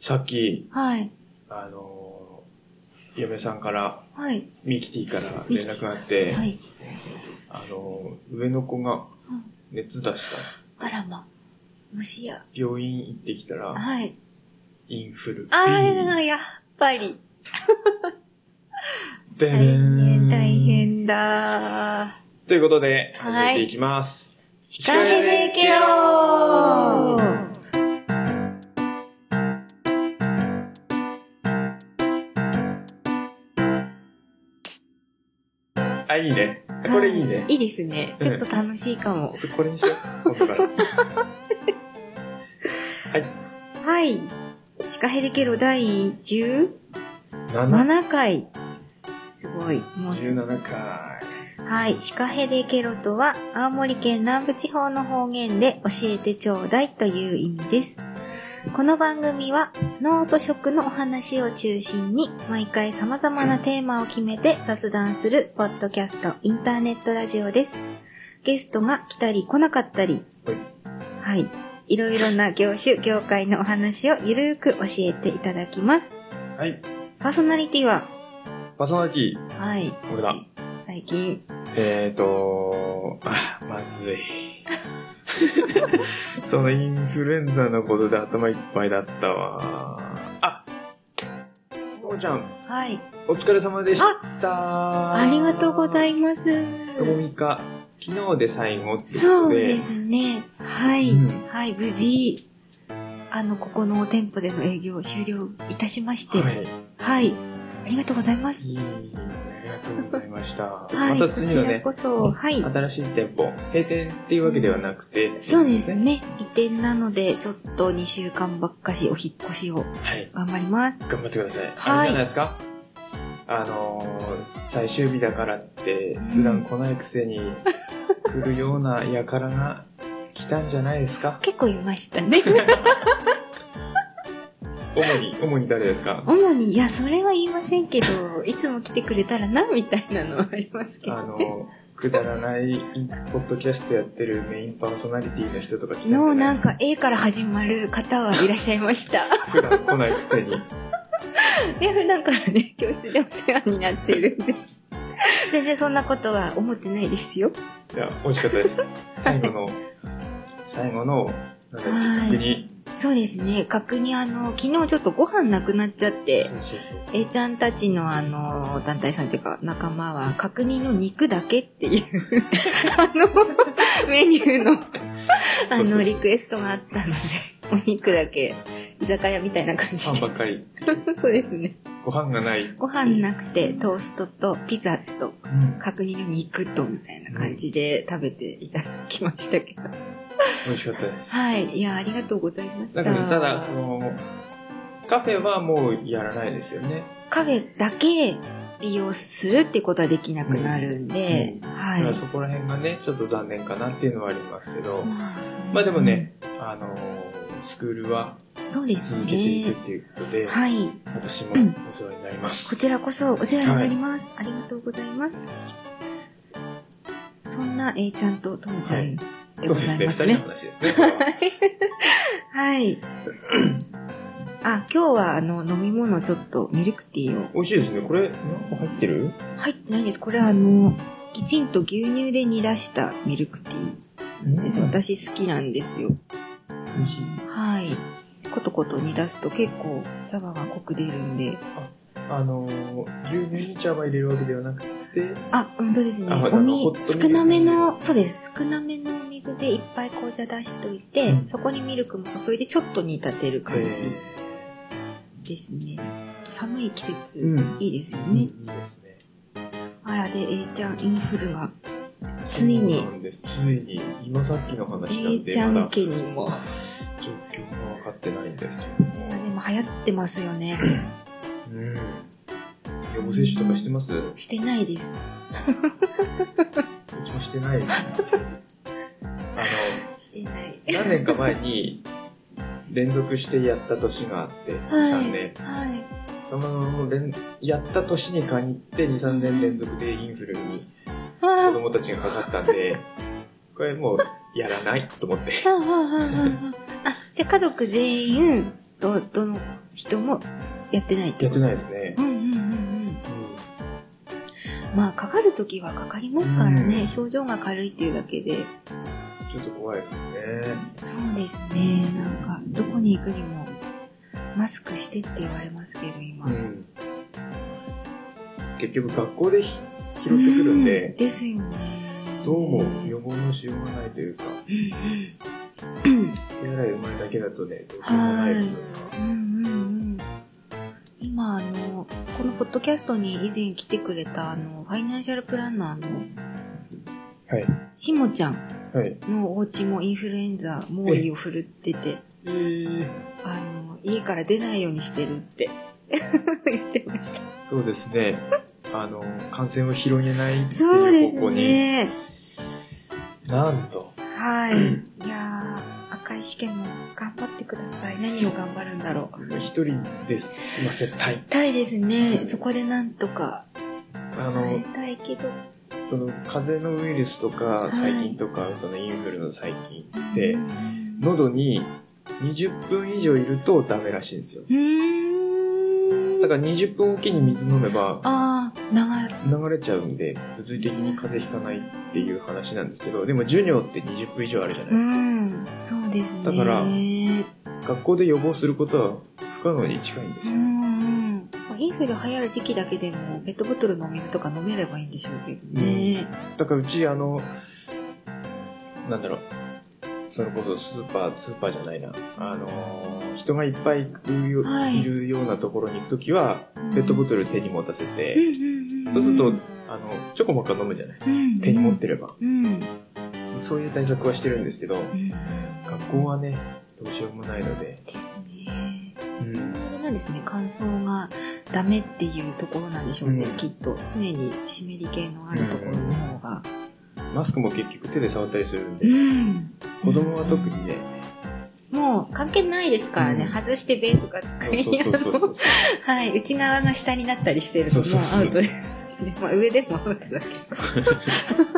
さっき、はい。あのー嫁さんから、はい。ミキティから連絡があって、はい。あのー上の子がうん熱出した。あらま。虫や。病院行ってきたら、はい。インフル。あら、やっぱり。で大でん変、大。変だ。ということで、は始めいていきます。鹿ヘネケロあ、いいね。これいいね。いいですね。ちょっと楽しいかも。これにしよう。今度から。 はい。シカヘリケロ第17 7、回。すごい。もうす17回。はい。シカヘデケロとは、青森県南部地方の方言で教えてちょうだいという意味です。この番組は、脳と食のお話を中心に、毎回様々なテーマを決めて雑談する、ポッドキャスト、インターネットラジオです。ゲストが来たり来なかったり、はい。いろいろな業種、業界のお話をゆるーく教えていただきます。はい。パーソナリティは、パーソナリティ、はい。俺だ。最近、えーと、 あ、まずい。そのインフルエンザのことで頭いっぱいだったわ。あ、ともちゃん、はい。お疲れ様でした。ありがとうござまいます。すともみか、昨日で最後ってことで。そうですね。はい。うんはい、無事、あの、ここのお店舗での営業を終了いたしまして、ははい。い。ありがとうございます。いいありがとうございました。はい。また次のねこ、ちらこそ、はい。新しい店舗、閉店っていうわけではなくて、そうです。ね。移転なので、ちょっと2週間ばっかしお引っ越しをはい。頑張ります。頑張ってください。はいあれじゃないですかあのー最終日だからって、ん普段来ないくせに来るような輩が来たんじゃないですか結構いました ね。主に、主に誰ですか主に、いや、それは言いませんけど、いつも来てくれたらな、みたいなのはありますけあどのね。ーくだらないポッドキャストやってるメインパーソナリティの人とか来たんじの、ゃなないんですかか A から始まる方はいらっしゃいました。 普段来ないくせに。で、普段からね、教室でお世話になっているんで。全然そんなことは思ってないですよ。いや、美味しかったです。最後の、最後の、なんか、特に、そうですね。確認あの、昨日ちょっとご飯なくなっちゃって、A ちゃんたちのあの、団体さんっていうか仲間は、確認の肉だけっていう、あの、メニューの、あそうそうその、うリクエストがあったので、お肉だけ、居酒屋みたいな感じパンでば。っかり、 そうですね。ご飯がない。ご飯なくて、トーストとピザと、角煮の肉とみたいな感じで食べていただきましたけど、美味しかったです。はいいやありがとうございましだたからただそのカフェはもうやらないですよね、カフェだけ利用するってことはできなくなるんで、うんはだからいそこら辺がねちょっと残念かなっていうのはありますけど、ままあでもね、あのースクールはそうです続けていくねっていうことで、はい私もお世話になります、こちらこそお世話になります、ありがとうございますそんな A ちゃんとともちゃんでそうごですざいねま二す人の話ですねねこれははい。あ、今日はあの飲み物ちょっとミルクティーを美味しいですねこれなんか入ってる入ってないです。これはあの、きちんと牛乳で煮出したミルクティーです。美味し私好きなんですよ。いはい。コトコト煮出すと結構茶葉が濃く出るんで。あのー牛乳に茶葉入れるわけではなくてあ、本当ですね。あほらおあのホッみトミルク少なめの、そうです。少なめのお水でいっぱい紅茶出しといて、うんそこにミルクも注いでちょっと煮立てる感えじですね。ちょっと寒い季節、ーうんいいですようんいねい。ですねあらで、えーちゃん、インフルは、ついにそうなんですついに今さっきのえ話なんーでちゃまだん家にも。状況が分かってないんですけどあでも。も流行ってますよね。うん。予防接種とかしてますうしてないです。ちもしてない。 あの、してない。何年か前に連続してやった年があって、2、3年。はい。その連、やった年に限って2、3年連続でインフルには子供たちがかかったん で、これもうやらないと思って。あ、はあ、はあ、はあ。あ、じゃあ家族全員、ど、どの人もやってないってやってことないですねう。んうんうんうん。まあ、かかるときはかかりますからね、うん症状が軽いっていうだけで。ちょっと怖いですね。そうですね、なんか、どこに行くにも、マスクしてって言われますけど、今。うん。結局学校でひ拾ってくるんうで、ですよね。どうも予防のしようがないというか、うんうん手洗いうまいだけだとね、どうしようもない部分は。うんうんうん今あのこのポッドキャストに以前来てくれたあのファイナンシャルプランナーのはい。しもちゃんはい。のお家もインフルエンザ猛威を振るっててえー、あの家から出ないようにしてるって 言ってましたそうですね。あの、感染を広げないってそうでいうす方向に、ねなんと、はいいやー赤い試験も頑張ってください何を頑張るんだろう一人で済ませたい。痛いですねそこでなんとかあされの、たいけどその風邪のウイルスとかい細菌とか、そのインフルの細菌ってう、ん喉に20分以上いるとダメらしいんですよ。うーんだから20分おきに水飲めばああ、長い。流れちゃうんで、物理的に風邪ひかないっていう話なんですけど、でも授業って20分以上あるじゃないうですか。ん、そうですね。だからうん学校で予防することは不可能に近いんですうよ。ん。インフル流行る時期だけでも、ペットボトルのお水とか飲めればいいんでしょうけどね。だからうち、あの、なんだろう、それこそスーパー、スーパーじゃないな、あのー人がいっぱいいるよ,、はいい、るようなところに行くときは、ペットボトル手に持たせうんて、うんんそうすると、あの、チョコばっか飲むじゃないうん手に持ってれば。うん。うんそういう対策はしてるんですけど、学校はね、どうしようもないので、ですね。うんあれなんですね、乾燥がダメっていうところなんでしょうね、うんきっと。常に湿り気のあるところの方が。マスクも結局手で触ったりするんで、うん。子供は特にね、もう関係ないですからね、うん外してベンとか机になそうそうそうそうの、はい、内側が下になったりしてるともうそうそうそうアウトですね。まあ上でもアウトだけど。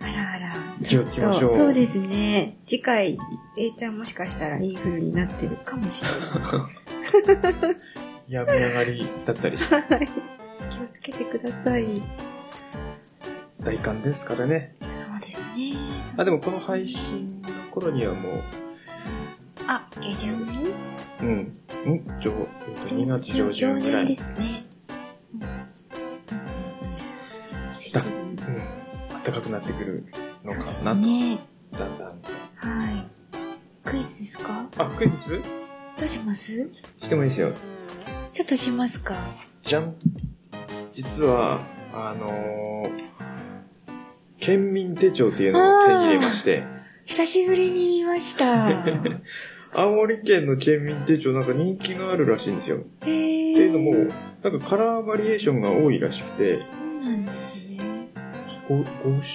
あらあら。気をつけましょうそうですね。次回、A ちゃんもしかしたらインフルになってるかもしれうん。やめ上がりだったりして、ない。気をつけてください。大寒ですからね。そうですね。あ、でもこの配信の頃にはもう、あ、下旬うん、うん、上、えっと2月上旬ぐらい。でうんすね。うんうんうん節分。暖かくなってくるのかそうなですと、ね。だんだんと。はい。クイズですかあ、クイズどうしますしてもいいですよ。ちょっとしますか。じゃん。実は、あのー、県民手帳っていうのを手に入れまして、久しぶりに見ま した。へ青森県の県民手帳なんか人気があるらしいんですよ。えっていうのも、なんかカラーバリエーションが多いらしくて、そうなんですね。 5,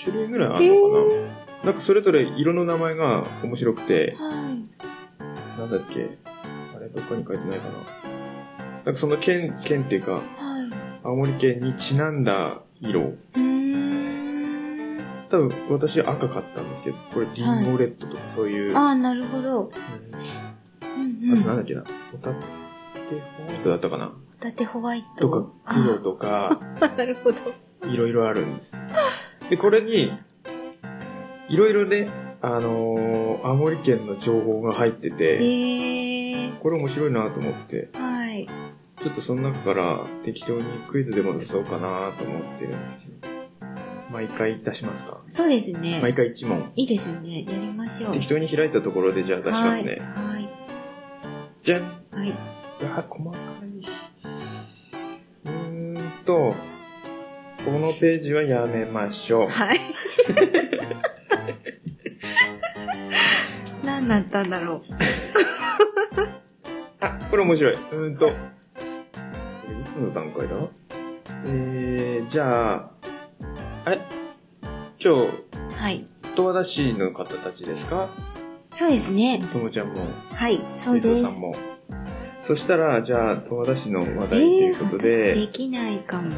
種類ぐらいあへるのかな、ーなんかそれぞれ色の名前が面白くて、はい。なんだっけあれどっかに書いてないかななんかその県、県っていうか、はい。青森県にちなんだ色。うーん。多分私赤買ったんですけど、これリンゴレッドとかそういう、ああ、なるほど。うんうんうあん。となんだホっけなホタテホワイトだったかなタテホワイト。とか黒とか、あー。なるほど。いろいろあるんです。で、これに、いろいろね、あのー青森県の情報が入ってて、へえ。これ面白いなと思って、はい。ちょっとその中から適当にクイズでも出そうかなと思ってるんですよ。毎回出しますかそうですね。毎回1問。いいですね。やりましょう。適当に開いたところでじゃあ出しますね。はい。じゃんはい。はい。あ、細かい。うーんと、このページはやめましょう。 はい。何だったんだろう。あ、これ面白い。うーんと。これいつの段階だえー、じゃあ、あれ今日、はい。十和田市の方たちですかそうですね。ともちゃんも、はい。そう生徒でさすん。も。そしたら、じゃあ、十和田市の話題とえいえうこと私でで、きないかも。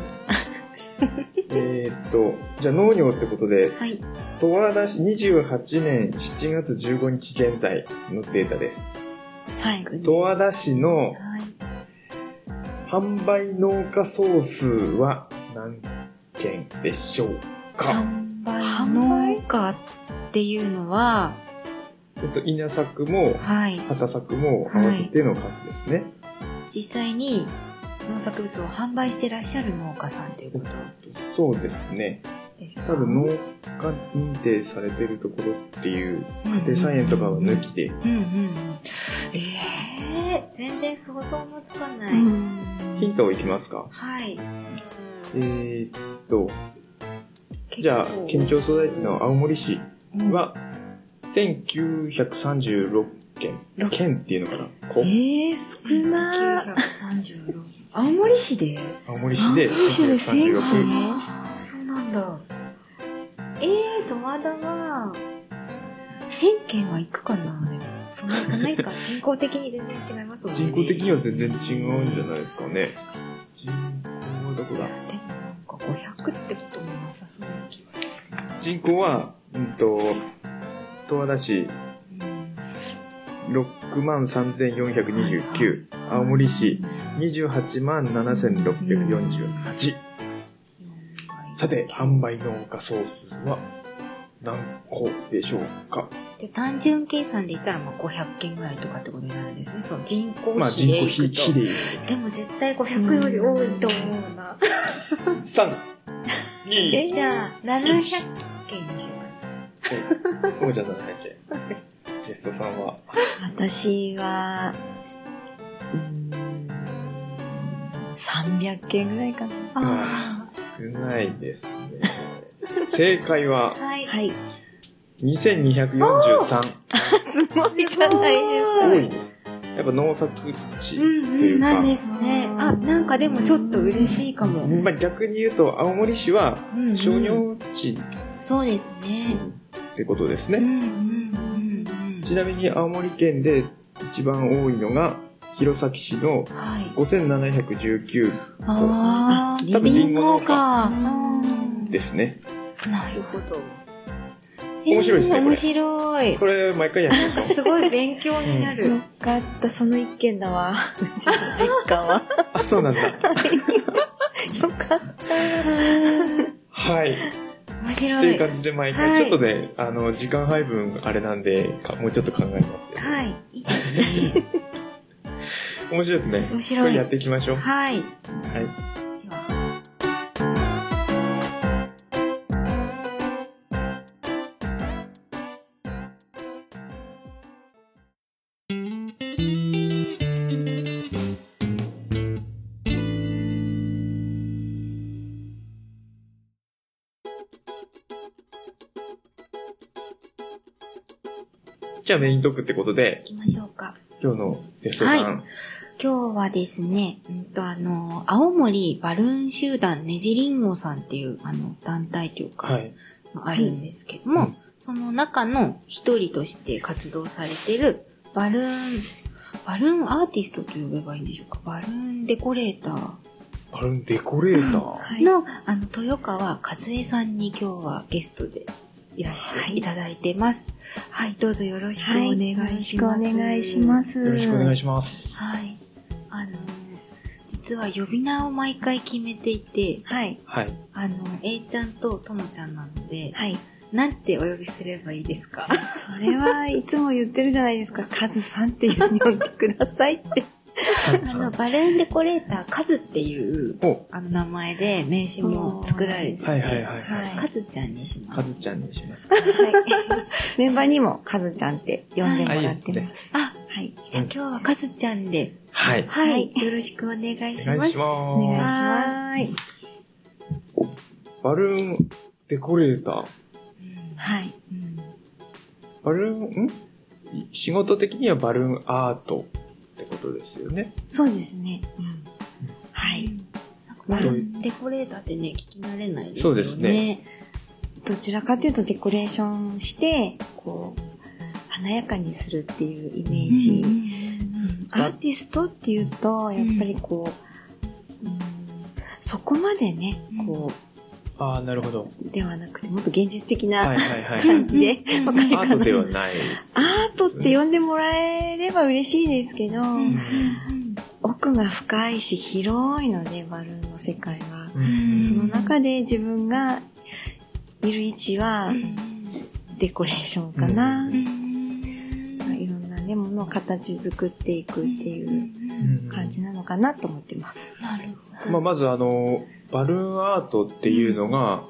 えーっと、じゃあ農業ってことで、はい。十和田市28年7月15日現在のデータです。最後に。十和田市のはい。販売農家総数は何件でしょうか販販売売農家っていうのは、えっと、稲作もはい。畑作も合わせての数ですね。実際に農作物を販売してらっしゃる農家さんということそうですね。ですか多分農家認定されてるところっていう、うんデザインとかは抜きで、うんうんうん。えー、全然想像もつかない。ヒントをいきますか。はい。えー、っと、結構じゃあ、県庁所在地の青森市は、1936件。ろ県っていうのかなえこー、少な1936青森市で青森市で青森市で1936 1900件。あーそうなんだえー、十和田は、1000件は行くかなでもそんな行 かないか。人口的に全然違いますもんね。人口的には全然違うんじゃないですかね。人口はどこだでもなんか500ってこともなさそうな気がす人口は、うんと、十和田市る。うん6万3429、青森市28万7648。さて、販売農家総数は何個でしょうかじゃあ単純計算で言ったらまあ500件ぐらいとかってことになるんですね。そう、人口まあ比人で口い比くと。比ででも絶対500より多いと思うな。 3、2、えじゃあ、700件にしようおうちゃんさん何けゲストさんは私はうーん300件ぐらいかなかな。少ないですね。正解はあーはい。はい2243。すごいじゃないですあかー多いです。やっぱ農作地とうん、いううんか、なんですね。あ、なんかでもちょっと嬉しいかも。まあ、逆に言うと青森市はうんうん商業地そうですね。ってことですうんね。うんうんうん。ちなみに青森県で一番多いのが弘前市のはい。 5719あ多ー、分リリンンゴのゴ方か。ですね。なるほど。面白いですねえーこれ面白い。これ毎回やってましょう。すごい勉強になる。よかったその一件だわうちの実家はあ、そうなんだ。よかったはい。面っ白てい。いう感じで毎回、はいちょっとね、あの、時間配分あれなんで、かもうちょっと考えますよ。はい。いいですね。面白いですね。面白いこれやっていきましょう。ははい。い。ではじゃあメイントークってことで、行きましょうか。今日のゲストさん。今日はですね、うんとあの、青森バルーン集団ねじりんごさんっていうあの団体というか、はい。あるんですけども、うんその中の一人として活動されてるバルーン、バルーンアーティストと呼べばいいんでしょうか。バルーンデコレーターバルーンデコレーター。はいの、あの、豊川和恵さんに今日はゲストでいらっしゃっていただいてます。はい、どうぞよろしくお願いします。。よろしくお願いしますすよろしくお願いしします。はい。あの、実は呼び名を毎回決めていて、ますはいはい。あの、A ちゃんとともちゃんなので、はいなんてお呼びすればいいですかそれはいつも言ってるじゃないですかカズさんっていう呼んでくださいってカズ あさの、ん。バルーンデコレーターカズっていう、お、あの名前で名刺も作られてて、はいはいはいは。はいいカズちゃんにします。カズちゃんにしますか。はい。メンバーにもカズちゃんって呼んでもらってます。あいいですねあ、はい。じゃあ今日はカズちゃんで、はい。はい、よろしくお願おいしま願いしす。お願いしまます。す。バルーンデコレーター。はい。うんバルーン、ん仕事的にはバルーンアートってことですよね。そうですね。うんはい。なんかバルーンデコレーターってね、聞き慣れないですよね。そうですねどちらかというとデコレーションして、こう、華やかにするっていうイメうんージ。アーティストっていうと、やっぱりこう、うんそこまでね、こう、ああ、なるほど。ではなくて、もっと現実的はないはいはい。感じで、うんわかるアかートなではない。アートって呼んでもらえれば嬉しいですけど、うん奥が深いし広いので、バルーンの世界は。うんその中で自分がいる位置はデコレーションかな。まあいろんなね、ものを形作っていくっていう感じなのかなと思ってます。なるまあ、まずあの、バルーンアートっていうのが、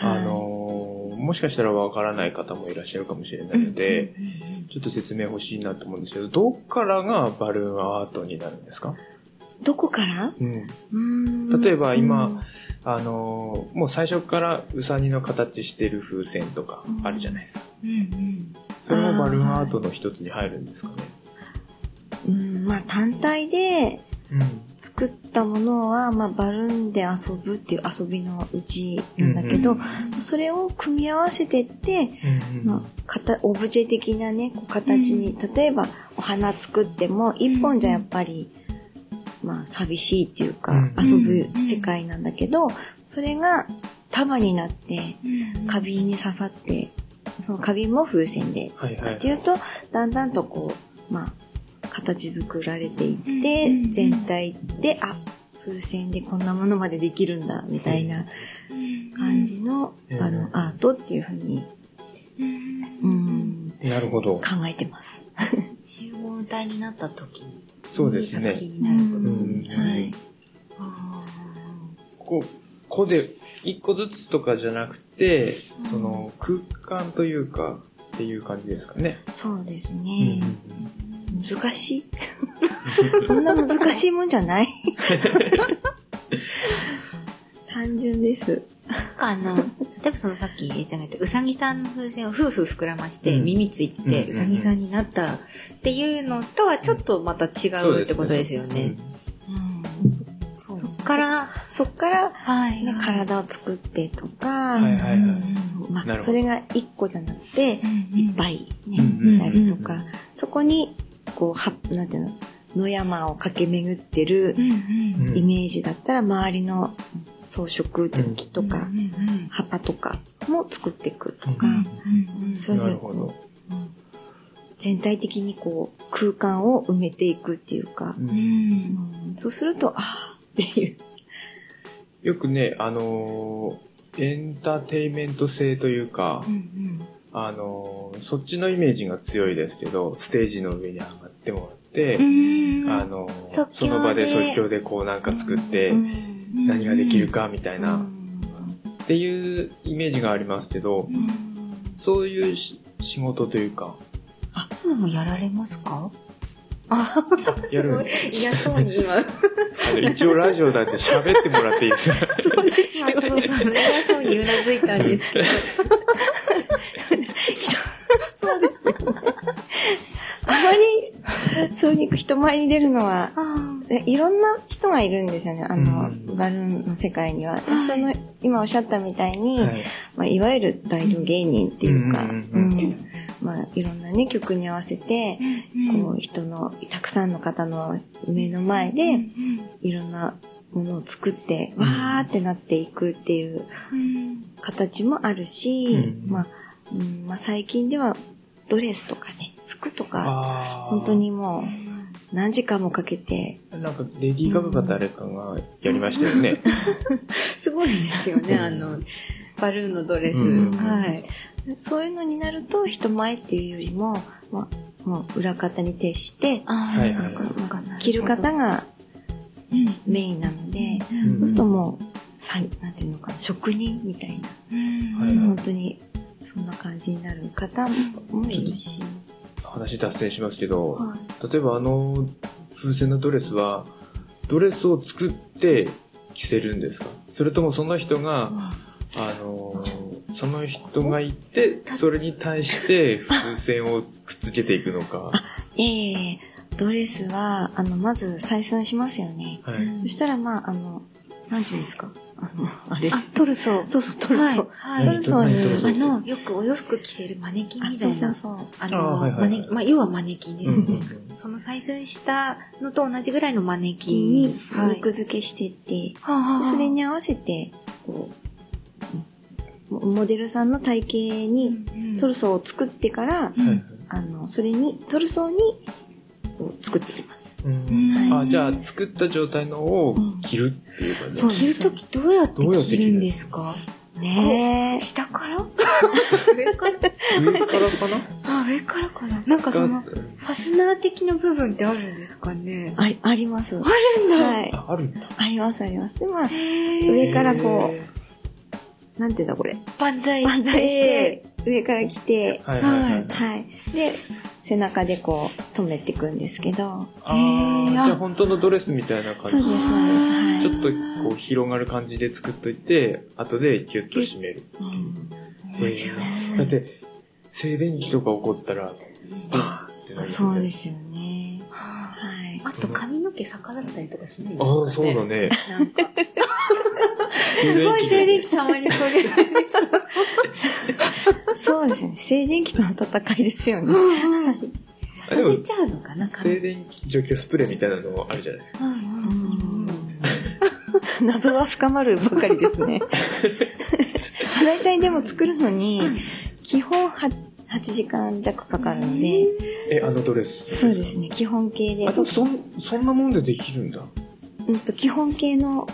あの、もしかしたらわからない方もいらっしゃるかもしれないので、ちょっと説明欲しいなと思うんですけど、どっからがバルーンアートになるんですか、どこからうん、例例えば今、あの、もう最初からウサギの形してる風船とかあるじゃないですか。それもバルーンアートの一つに入るんですかね。うん、まあ単体で作ったものは、まあ、バルーンで遊ぶっていう遊びのうちなんだけど、うんそれを組み合わせてって、うんまあ、かたオブジェ的なねこう形に、例えばお花作っても一本じゃやっぱり、まあ、寂しいっていうか、うん遊ぶ世界なんだけどそれが束になって花ビ瓶に刺さってその花瓶も風船ではいはい。っていうとだんだんとこうまあ形作られていって、うん全体であ風船でこんなものまでできるんだみたいな感じの、うんあうのんアートっていうふうに、うん、なるほど。考えてます。集合体になった時にそうですね作。品になることうんはいこう、ここで、一個ずつとかじゃなくて、その空間というか、っていう感じですかね。そうですうんね。難 しいそんな難しいもんじゃない単純です。なんかあの、例えばそのさっき言ったみたいにうさぎさんの風船をふうふう膨らまして、うん耳ついてうんうんうんうさぎさんになったっていうのとはちょっとまた違うってことですよね。。そそっから、そっから、はいね、体を作ってとか、うんはいはいはい。まなるほどあ、それが1個じゃなくて、いっぱいね、うんうんなりとうんか、そこに、こう、は、なんていうの、野山を駆け巡ってるうんイメージだったら、周りの装飾とか木ととか、葉っぱとかも作っていくとか、うんそれなでるほど。全体的にこう、空間を埋めていくっていうか、うんそうすると、ああ、っていう。よくね、あのーエンターテインメント性というか、あのーそっちのイメージが強いですけど、ステージの上に上がってもらって、あのー即興でその場で即興でこうなんか作って、 うん何ができるかみたいな、うんっていうイメージがありますけど、そういうし仕事というか、そういうのもやられますかやるんですすごい嫌そうに今。あの一応ラジオだって喋ってもらっていい ですかそうですよ、ね。嫌そうにうなずいたんです けど。そうですよ。あまり、そうに人前に出るのは、えいろんな人がいるんですよね、あの、うんバルーンの世界には。いその、今おっしゃったみたいに、いはいまあ、いわゆる大道芸人っていうか、ううんんうんうんうんまあ、いろんなね、曲に合わせて、こう、人の、たくさんの方の目の前で、いろんなものを作って、んわーってなっていくっていう形もあるし、うんまあうんまあ、最近ではドレスとかね服とかあー本当にもう何時間もかけてなんかレディー・ガガか誰かがやりましたよね。すごいですよね、あの、バルーンのドレス。うんはい。そういうのになると人前っていうよりも,、まあ、もう裏方に徹してあはいはい着る方がうんメインなので、うんそうするともうさなんていうのかな職人みたいな、はいはい本当にそんな感じになる方もいるし。話脱線しますけど、は例えばあの風船のドレスはドレスを作って着せるんですかそれともその人が、あのーその人がいてそれに対して風船をくっつけていくのか、いええドレスはあのまず採寸しますよね、はい、そしたら、まあ、あの、なんていうんですか。あの、あれ。あ、トルソー。そうそう、トルソー。はいトルソー何トルに、ソあーの、よくお洋服着せるマネキンあみたそういそうな。そう。ああの、はいはいはいマネまあ、要はマネキンですよね。うんその採寸したのと同じぐらいのマネキンにはい肉付けしてって、はあはあはあそれに合わせて、こう、モデルさんの体型にトルソーを作ってから、うんはいあの、それに、トルソーに、こう作っていきます。うんはあいじゃあ作った状態のを着るっていう感じそう着るときどうやってどうやって着着るるんですかね下から 上から上からかなあ、上からかななんかその、スフカートァスナー的な部分ってあるんですかねあり、あります。あるんだ、はい。ああるんだあります、あります。で、まあ、へ上ーからこうへなんていうんだこれ。万歳万して。歳して、上から来てー、はいはいはい、はいはい。で、背中でこう、止めていくんですけど、あへーーじゃあ本当のドレスみたいな感そうです、そうでじす。はいちょっとこう広がる感じで作っといて後でギュッと締めるうん面白いだって静電気とか起こったらバーンってなるそうですすよね。ははいあ。あと髪の毛逆らったりとかしないんですか、ね、ああそうだねなんかすすごい静電気たまりそうじゃないですかそうですよね。静電気との戦いですようね。んうんあでも出ちゃうのかな静電気除去スプレーみたいなのもあるじゃないですかうんうんうん謎は深まるばかりですね。大体でも作るのに、基本は8時間弱かかるので、えあのドレスそうですね、基本形であ、でもそんそんなもんでできるんだうんと基本形の、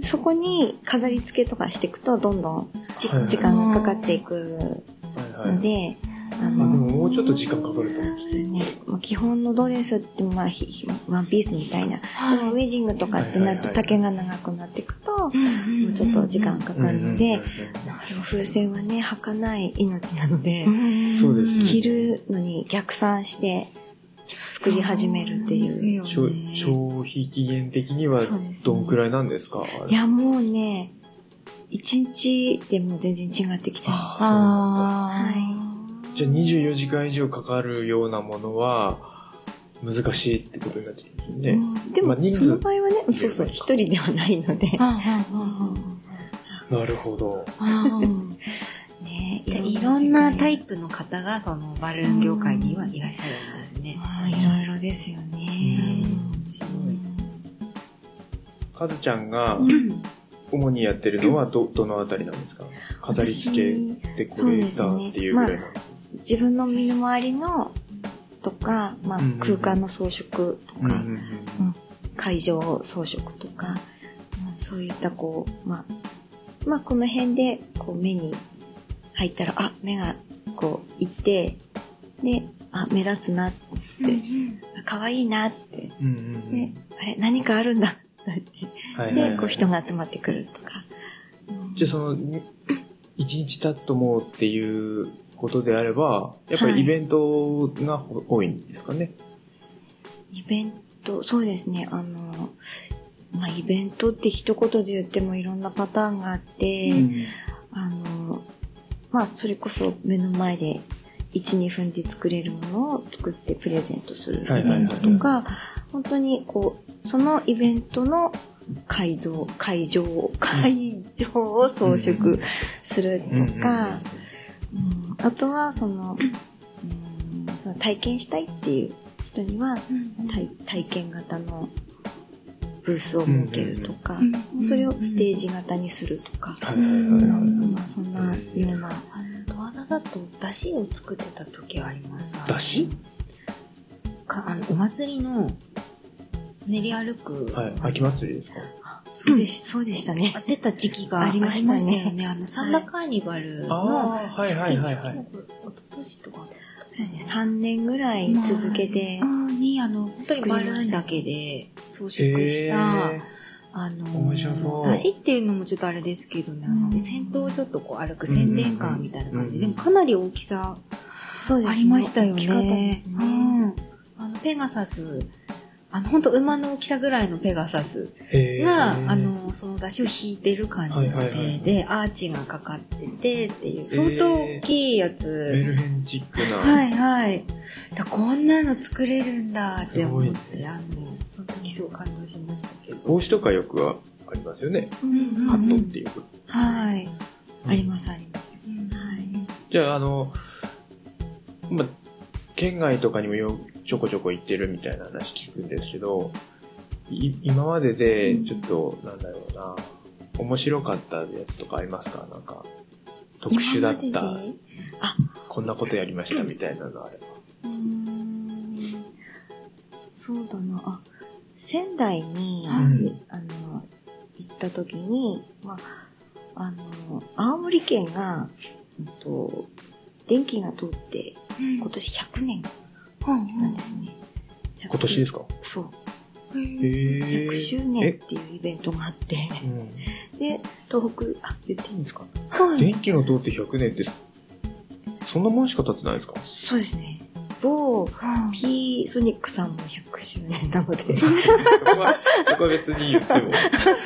そこに飾り付けとかしていくと、どんどんじはいはい時間がかかっていくはいはいので、まああ、でもの、もうちょっと時間かかると思うねまあ基本のドレスって、まあ、ひひワンピースみたいな、はいでもウェディングとかってなると丈が長くなっていくと、ももうちょっと時間かかるので、う風船はね、儚い命なので、そうです着るのに逆算して作り始めるっていう。そんううなんんですよね消消費期限的にはそうですねどんくらいなんですかあれいや、もうね、一日でもう全然違ってきちゃああーじゃあ24時間以上かかるようなものは難しいってことになってきますよう。ね。うんでまもあ、人そ数の場合はね、そうそう、一人ではないので。なるほど。あーねじゃあいろんなタイプ。プの方がそのバルーン業界にはいらっしゃるんですね。あーいろいろですよね。カズちゃんがうん主にやってるのはど、どのあたりなんですか飾り付け、私デコレーターっていうぐらいなの。自分の身の回りのとか、まあうんうんうん、空間の装飾とうんうか、ん会場装飾とか、うんそういったこう、まあ、まあこの辺でこう目に入ったら、あ、目がこういって、で、あ、目立つな、あ可愛いなって、うんうんうんうんで、あれ、何かあるんだ、はいはいはいで、こう人が集まってくるとか。うんじゃあその、に一日経つともうっていうことであれば、やっぱはいりイベントがほ多いんですかね。イベント、そうですね、あの、まあ、イベントって一言で言ってもいろんなパターンがあって、うんあの、まあ、それこそ目の前で1、2分で作れるものを作ってプレゼントするイはいはいはベいントとか、本当にこう、そのイベントの会場、会場を、会場を装飾するとか、うんあとはその、うんその体験したいっていう人には、体体験型のブースを設けるとか、それをステージ型にするとか、はいはいはいはいまあそんなような、あのドアナだと出汁を作ってた時あります出汁かあのお祭りの練り歩く、はい。秋祭りですかそうでしそうでしたね。出た時期があありりままししたたよねね。あの、サンダカーニバルの、あーはいはいはいはい一昨年おととしとかだったそうですね、3年ぐらい続けてう、んに、あの、本当に作りバまルしたーンだけで装飾した、えーあの面白そう出汁っていうのもちょっとあれですけどね、あうの、ん先頭をちょっとこう歩く宣伝カーみたいな感うじで、んでもかなり大きさそうですあねりましたよ大きかったでねす。うね。んあの、ペガサス、あの、本当馬の大きさぐらいのペガサスへーが、あの、その出汁を引いてる感じのはいはいは手いで、アーチがかかっててっていう、ー相当大きいやつ。メルヘンチックな。はいはい。だこんなの作れるんだって思っすごて、いねあの、その時すごい感動しましたけど。帽子とかよくはありますよね。うんうんうんハットっていう。はい。ありますあります。はじゃあ、あの、ま、県外とかにもよちょこちょこ行ってるみたいな話聞くんですけど、い今までで、ちょっと、なんだろうな、面白かったやつとかありますかなんか、特殊だった今まででこんなことやりましたみたいなのあれば。うーんそうだな。あ、仙台に、うんあの、行った時に、まあ、あの、青森県が、うんと、電気が通って、今年100年なんですね。今年ですすかそう。へー100周年っていうイベントがあって、うんで、東北、あ、言っていいんですか電気が通って100年って、そんなもんしか経ってない ですかそうですね。某、P ソニックさんも100周年なので、そこは、そこは別に言っても、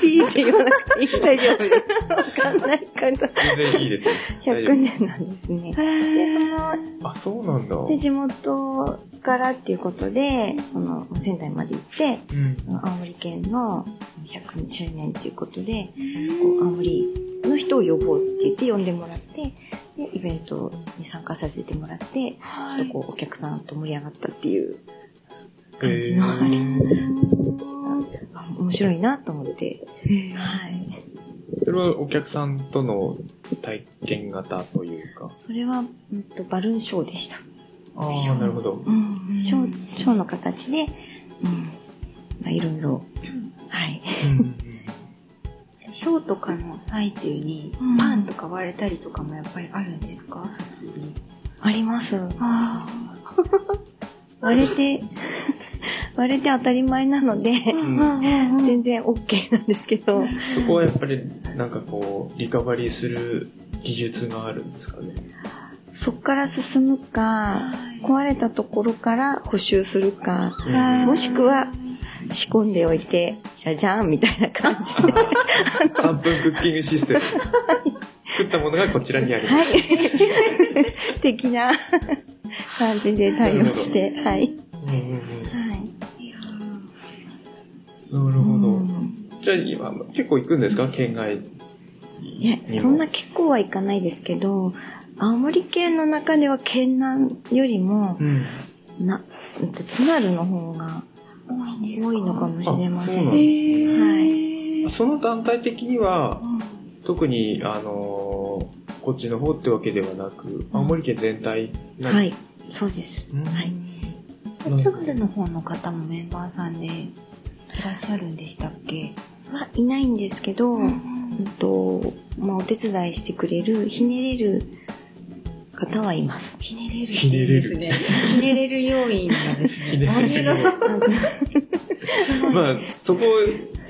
ピーって言わなくていい。 大丈夫です。わかんないから。全然いいですよ。大丈100年なんですね。で、その、夫。あ、そうなんだ。うで、地元からっていうことで、その、仙台まで行って、ん。青森県の100周年ということで、こう青森の人を呼ぼうって言って呼んでもらって、で、イベントに参加させてもらって、ちょっとこう、お客さんと盛り上がったっていう感じのあれ、えあ面白いなと思って、はい。それはお客さんとの体験型というか。それは、うんと、バルーンショーでした。あそあ、うなるほど。うん、ショーショーの形で、うん、まあ、いろいろ、はい。ショーとかの最中にうんパンとか割れたりとかもやっぱりあるんですか普通に。あります。あ割れて、 割れて当たり前なので、あ。全然 OK なんですけど、そこはやっぱり、なんかこう、リカバリーする技術があるんです かね。そこから進むか、壊れたところから補修するか、うんはいもしくは仕込んでおいて、じゃじゃーんみたいな感じで。 3分クッキングシステム。作ったものがこちらにあります。はい。的な 感じで対応して、はい。うんうんうんはい。なるほうど。んじゃあ今、結構行くんですか県外いにも。や、そんな結構はいかないですけど、青森県の中では県南よりもう、ん。な、うんと津軽の方が多いんですか多いのかもしれませあそうなんん。だへーその団体的には、うん特に、あのーこっちの方ってわけではなく、青森県全体なはい、そうです。うんはい。津軽の方の方もメンバーさんでいらっしゃるんでしたっけはいないんですけど、うんと、まあ、お手伝いしてくれる、ひねれる方はいます。ひねれる。ひねれるですね。ひねれる要因がですね。ひねれる面白い まあ、そこ、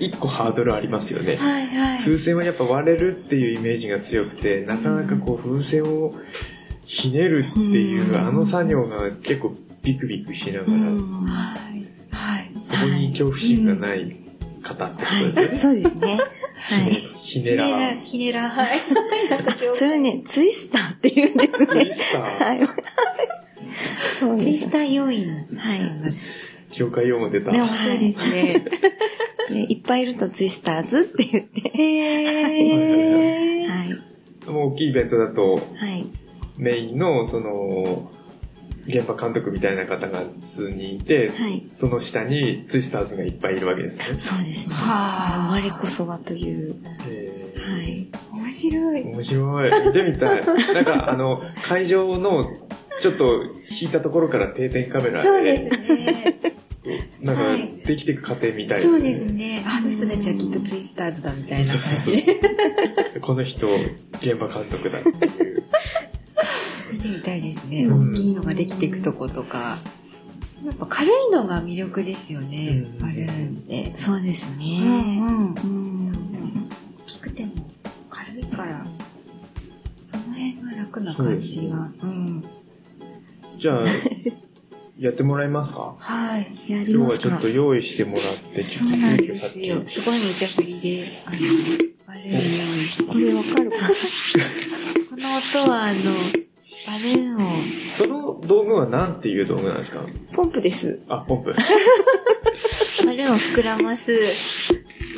一個ハードルありますよね。はいはい。風船はやっぱ割れるっていうイメージが強くて、なかなかこう、風船をひねるっていう、うんあの作業が結構ビクビクしながら、ははい。はい。そこに恐怖心がない方ってことですよい、ね。そうですね。ひはねい。ひひねねらら、ー。ひねら、はい。それはね、ツイスターっていうんですツイね。スター。はい。そうツでイすス。ター要因。はい教会用も出た。ね、面白いですね。でいっぱいいるとツイスターズって言って。へー。はい。もう大きいイベントだと、はい。メインの、その、現場監督みたいな方が数人いて、はい。その下にツイスターズがいっぱいいるわけですね。そうですね。はあ我こそはという。えーはい。面白い。面白い。見てみたい。なんか、あの、会場の、ちょっと引いたところから定点カメラそうでで、すね。なんかはい、できていく過程みたいそうですね。あの人たちはきっとツイスターズだみたいなそう感そうじ。そう。この人、現場監督だっていう。見てみたいですね。うん大きいのができていくとことか。やっぱ軽いのが魅力ですよね。うんあるんで。そうですうね。ん。うん。大きくても軽いから、その辺が楽な感じが。うん。じゃあ、やってもらえますかはい。やり今ま日はすちょっかと。用意してもらって、ちそょっうとなん急で遽さっすきよ。すごい無茶振りで、あの、悪い匂い。これわかるかなこの音は、あの、バルーンを、その道具は何ていう道具なんですかポンプです。あ、ポンプ。バルーンを膨らます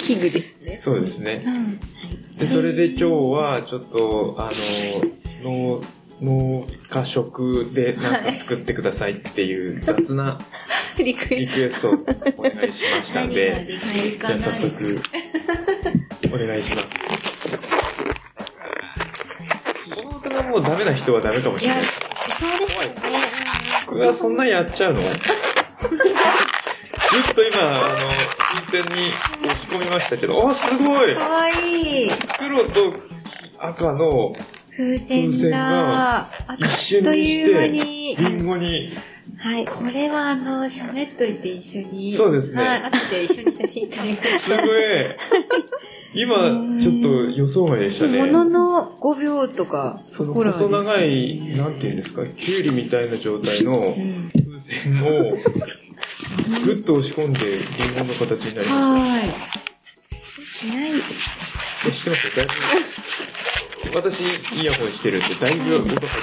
器具ですね。そうですね。うん。で、それで今日は、ちょっと、あの、農、農家食でなんか作ってくださいっていう雑なリクリエスクエストをお願いしましトたん何がで、できるじかゃなあ早速、 お願いします。この音もうダメな人はダメかもしいれやない。、そうですよね。僕がそんなやっちゃう のずっと今、あの、風船に押し込みましたけど、あ、すごいうんかわいい。黒と赤の風風船船がが、あっ一瞬とにしいう間て、に。リンゴに、はい、これはあの、喋っといて一緒に。そうですねはい、後で一緒に写真撮りましすごい。 今、ちょっと予想外でしたた。ね。ものの5秒とか、そのほらです細ね長い、なんていうんですか、キュウリみたいな状態のうん風船を、ぐっと押し込んで、リンゴの形になりまはしない。す。え、知ってますだい ぶ、私、イヤホンしてるんで、だいぶ音入ってます。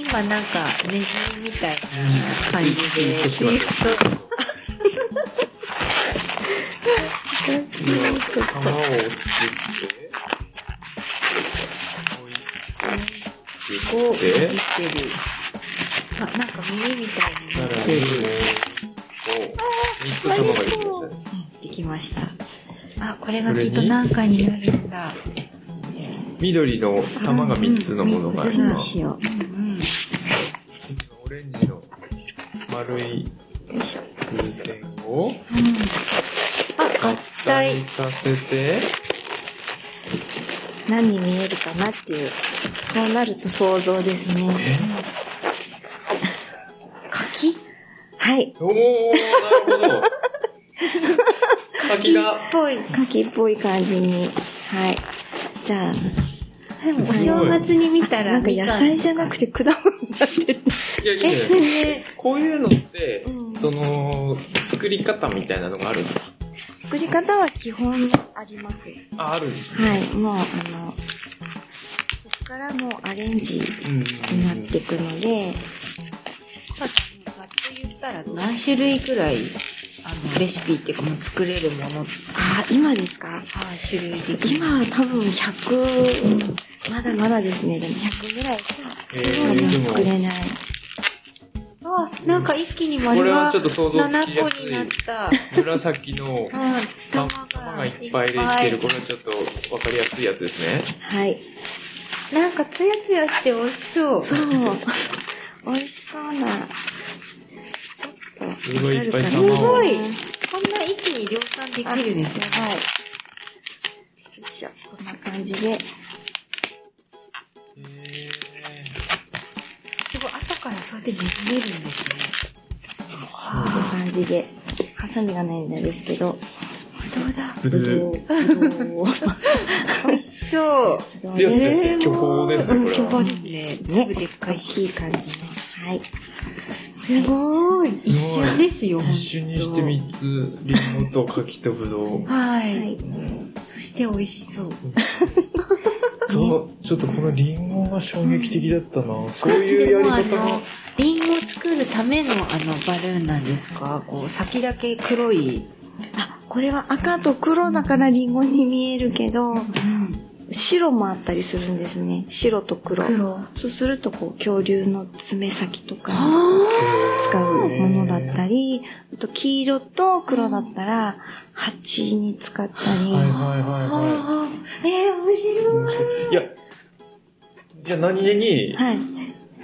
い。今なんか、ネズミみたいな感じで、ツイストしてツまイす。スト。今、玉を作って、こ作う、って映って、る。あ、なんか耳みたいにさならっに、てこる。う、三つ玉ができましたね。できました。あ、これがきっとなんかになるんだ。緑の玉が三つのものがうんど今、うしよ。うんうん。オレンジの丸いうよいしょ。風船をあ、合合体体。させて、何に見えるかなっていう。こうなると想像ですね。柿はい。おー、なるほど。柿っが、ぽい。牡蠣っぽい感じに。はい。じゃあ、でもおすごい正月に見たら、なんか野菜じゃなくて果物になってる。いや、いいえ、じゃない全こういうのって、うんその、作り方みたいなのがあるんですか作り方は基本あります。あ、あるんですね。はい。もう、あの、そこからもうアレンジうん。になっていくので、ざっと言ったら何種類くらい、あの、レシピっていうかもう作れるもの、あ、今ですか種類でき今は多分100、まだまだですね。でも100ぐらいしか、えすごいのはー、作でも、れない。あ、なんか一気にこ丸れはがちょっと想像つき7や個すになっい。た。紫のうん玉がいっぱいできてる。これはちょっとわかりやすいやつですね。はい。なんかツヤツヤして美味しそう。そう。美味しそうな。ちょっと。すごいいっぱいわかするかなごい。こんな一気に量産できるんですよ。はい。よいしょ。こんな感じで。へすごい、後からそうやって煮詰めるんですね。こんな感じで。ハサミがないんですけど。どうだブドゥブドウ。美味しそう。ブドウ強すぎねて巨峰ですね、これ巨は峰。ですね。ね粒でっか大いし。きい感じの。はい。すごい。一瞬ですよ、一瞬にしてみ三つ、リンゴと柿とブドウ。ははいい。。そして美味しそう。そう、ちょっとこのリンゴが衝撃的だったな。そういうやりで方もあがの。、リンゴを作るためのあのバルーンなんですかこう、先だけ黒い。あ、これは赤と黒だからリンゴに見えるけど、白もあったりするんですね。白と黒。黒。そうすると、こう、恐竜の爪先とか。あ使うものだったり。り、あと黄色と黒だったら、鉢に使ったり、はいはいはいあはあー。えー、面白い。い。いや、いや何気に、は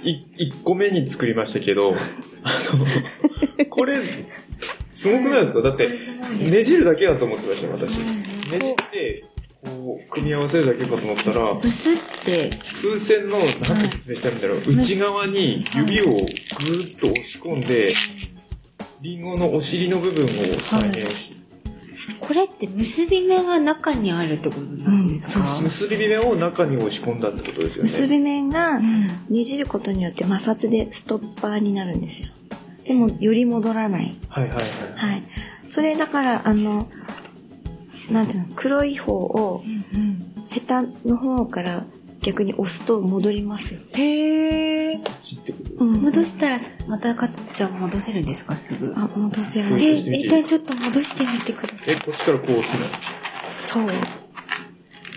い。い、1個目に作りましたけど、あの、これ、すごくないですかだっこれて、すごいです。ねじるだけだと思ってましたよ、私。うんねじって、こう、組み合わせるだけかと思ったら、ブスって、風船の、なんて説明したらいいんだろう、内側に指をぐーっと押し込んで、リンゴのお尻の部分を再現をし、これって結び目が中にあるってことなんですか、うんそう結び目を中に押し込んだってことですよね。結び面がうんねじることによって摩擦でストッパーになるんですよ。でも、より戻らない。はいはいはい。はい。それだから、あの、なんていうの、黒い方を、ヘタの方から逆に押すと戻りますよ。へえ。こっちってことうん戻したら、またかつちゃん戻せるんですかすぐ。あ、戻せうまんす。え、え、じゃあちょっと戻してみてくださえ、い。こっちからこう押すのそう。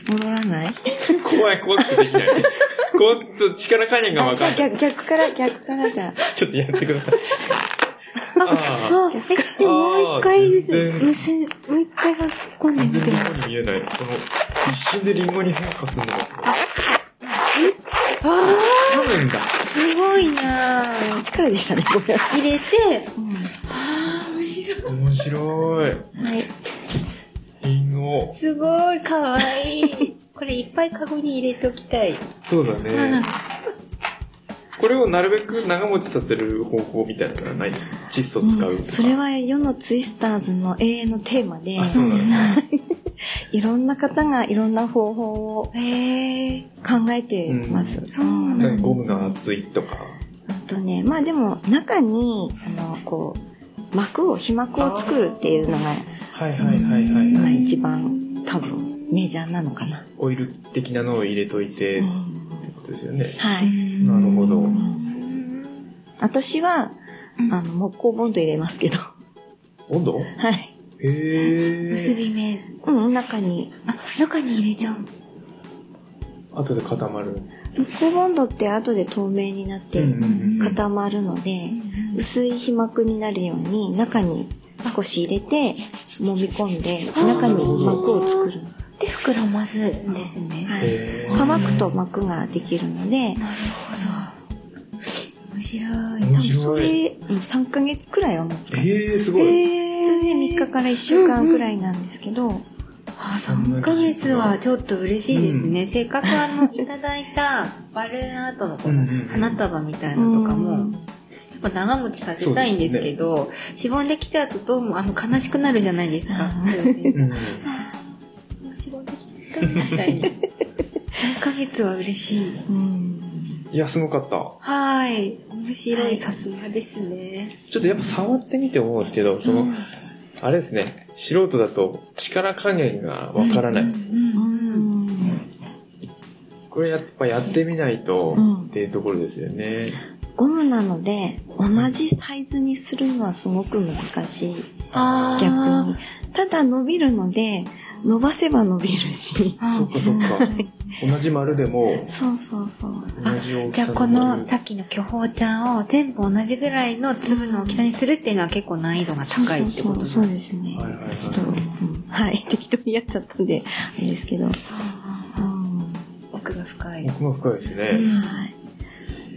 戻らない怖い、怖くてできない。怖く、ちょっと力加減がわあじかゃあんない。逆逆から、逆からじゃあ。ちょっとやってください。ああ、あ、え、でももう一回です。あー結びもう一回その突っ込んで全み然てリもンゴに見えない。この、一瞬でリンゴに変化するのがすごい。多分だ。すごいなぁ力でしたね、ごめんなさ入れて、い。あー、面白い。面白い。はい。リンゴ。すごい、かわいい。 これいっぱいカゴに入れておきたい。そうだうんね。これをなるべく長持ちさせる方法みたいなのはないですか窒素使うとか。それは世のツイスターズの永遠のテーマで、あ、そうなんだ。いろんな方がいろんな方法を考えてます。うんそうなんなだんかゴムが厚いとか。あとね、まあでも中に、あの、こう、膜を、皮膜を作るっていうのが、はいはいはいはいまはあい。一番多分メジャーなのかな。オイル的なのを入れといて、うっんてことですよね。はい。なるほど。私は、あの、木工ボンド入れますけど。 温度はい。へー。結び目。うん、中に。あ、中に入れちゃう。後で固まる。木工ボンドって後で透明になって固まるので、薄い皮膜になるように中に少し入れて揉み込んで中に膜を作る、で、膨らますんですね。はい、へー乾くと膜ができるのでなるほど。面白い。面そ白い。れうん3ヶ月くらいは持つかな普へー、すごい。え通ね3日から1週間くらいなんですけど、あ、3ヶ月はちょっと嬉しいですね。せっかくあの、いただいたバルーンアートのこうのんうんうん花束みたいなのとかも、うんやっぱ長持ちさせたいんですけど、しぼんできちゃうとどうもあの悲しくなるじゃないですか。うんうんうんしぼんできちゃったみたいに。3ヶ月は嬉しい。うんいや、すごかった。はい。面白。はいいさすがですね。ちょっとやっぱ触ってみて思うんですけど、その、うんあれですね、素人だと力加減がわからない。うん。これやっぱやってみないと、うんっていうところですよね。ゴムなので同じサイズにするのはすごく難しいあ逆ーにただ伸びるので伸ばせば伸びるしあーそっかそっか。同じ丸でも、そうそうそう同じ大きじゃあさこ丸のさっきの巨峰ちゃんを全部同じぐらいの粒の大きさにするっていうのは結構難易度がそう高いそうってこそとうですそうですね、はいはいはいちょっと、うんはい適当にやっちゃったんであれですけど、うん奥が深い。奥が深いですね。はい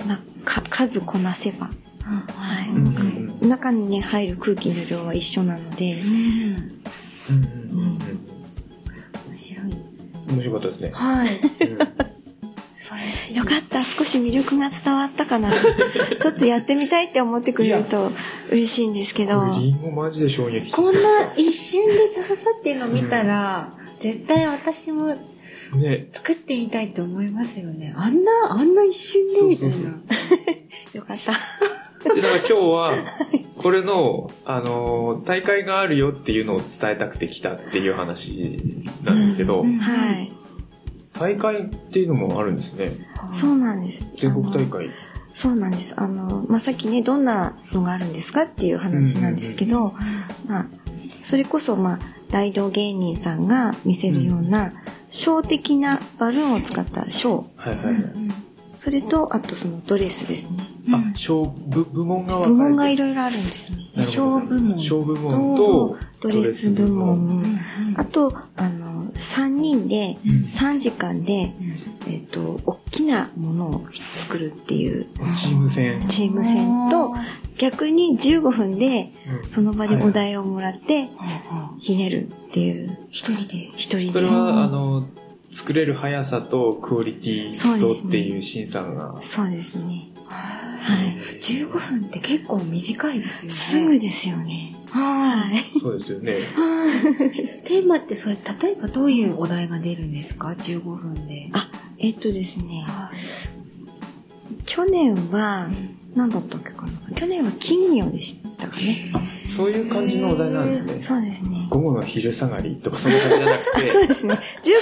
まあ、か数こなせば、はいうんうん中に、ね、入る空気の量は一緒なのでう、ん。うんうんうん面白い。うん面白かったですね。はい。うん素晴らしい。よかった少し魅力が伝わったか なちょっとやってみたいって思ってくれると嬉しいんですけどこれリンゴマジで衝撃こんな一瞬でさささっていうの見たら、絶対私もね作ってみたいと思いますよね。あんな、あんな一瞬でみたいな。そうそうよかったでだから今日はこれの、あのー大会があるよっていうのを伝えたくて来たっていう話なんですけど、うん。はい大会っていうのもあるんですねそううなんです全国大あの会そうなんですあの、まあ、さっきねどんなのがあるんですかっていう話なんですけど、まあ、それこそ、まあ、大道芸人さんが見せるような、ショー的なバルーンを使ったショー。はいはいはい、それと、あとそのドレスですね。あ小部部門が分かれ部て門がいろいろあるんですね。なるほど小部門小部門とドレス部門。うんあと、あの、3人で、うん3時間で、えっ、と、大きなものを作るっていうチーム戦、チーム戦と、、逆に15分で、うんその場でお題をもらって、ひねるっていう、一人で。一人それで。はあの作れる速さとクオリティとっていう審査が、そうですね。はい。15分って結構短いですよね。すぐ。ですよね。はい。そうですよねテーマってそれ、例えばどういうお題が出るんですか ?15 分で。あえっとですね、はい去年は、何だったっけかな。去年は金魚でしたかね。そういう感じのお題なんですね、そうですね。午後の昼下がりとかそんな感じじゃなくあてそうですね。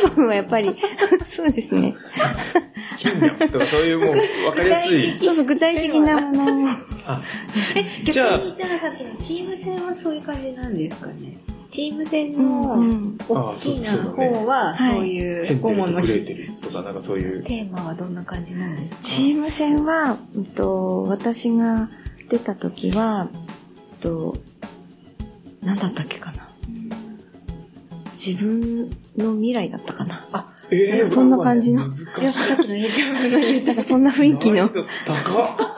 15分はや っぱり、そうですね。金魚とかそういうもう分かりやすいちょっと具体的なものを。あ逆にじじゃあゃあさっきのチーム戦はそういう感じなんですかねチーム戦うのん大きなあそうそうだね方ははいそういヘうンゼ顧ル問とのグテレーテルとかなんかそういうーマはどんな感じなんですかチーム戦は、うんと、私が出た時は、うんと、何だったっけかな。自分の未来だったかな。あえそんな感じの難これはしい。さっきの A ちゃんの言ったなんかそんな雰囲気の難。易度高あ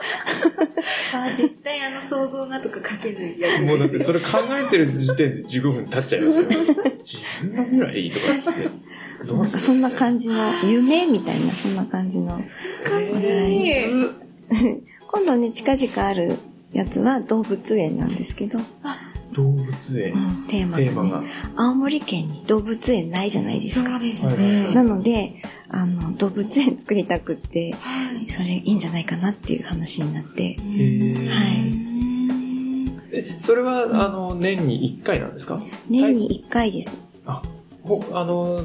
絶対あの想像がとか書けない やっ。もうだってそれ考えてる時点で15分経っちゃいますよ。自分の未来とかっつって。どうなんすかるそんな感じの、夢みたいな、そんな感じの。えーむず今度ね、近々あるやつは動物園なんですけど、動物園。テーマが,、ねテーマが。青森県に動物園ないじゃないですか。ですはいなので、あの、動物園作りたくって、はい。それいいんじゃないかなっていう話になって、へーはいえ、それは、あの、年に1回なんですか年に1回です。あ、ほ、あの、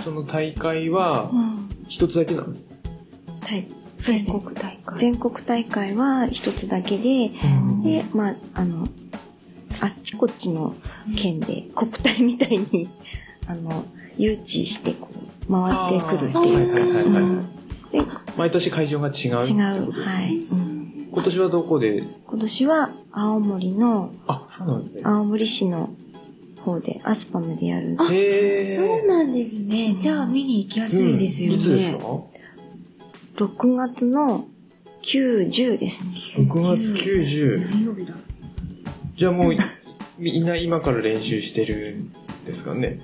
その大会はうん一つだけなのはいそうです全ね国大会。全国大会は一つだけで、で、まあ、あの、あっちこっちの県で、国体みたいに、 あの、誘致して、こう、回ってくるっていうか、あーはいはいはいはいで毎年会場が違う違う、はい、うん今年はどこで今年は青森の、あ、そうなんですね。青森市の方で、アスパムでやる。へーそうなんですね。じゃあ見に行きやすいですうよね。んいつですか6月の9、10ですね。 ?6 月90。何曜日だじゃあもう、みんな今から練習してるんですかね。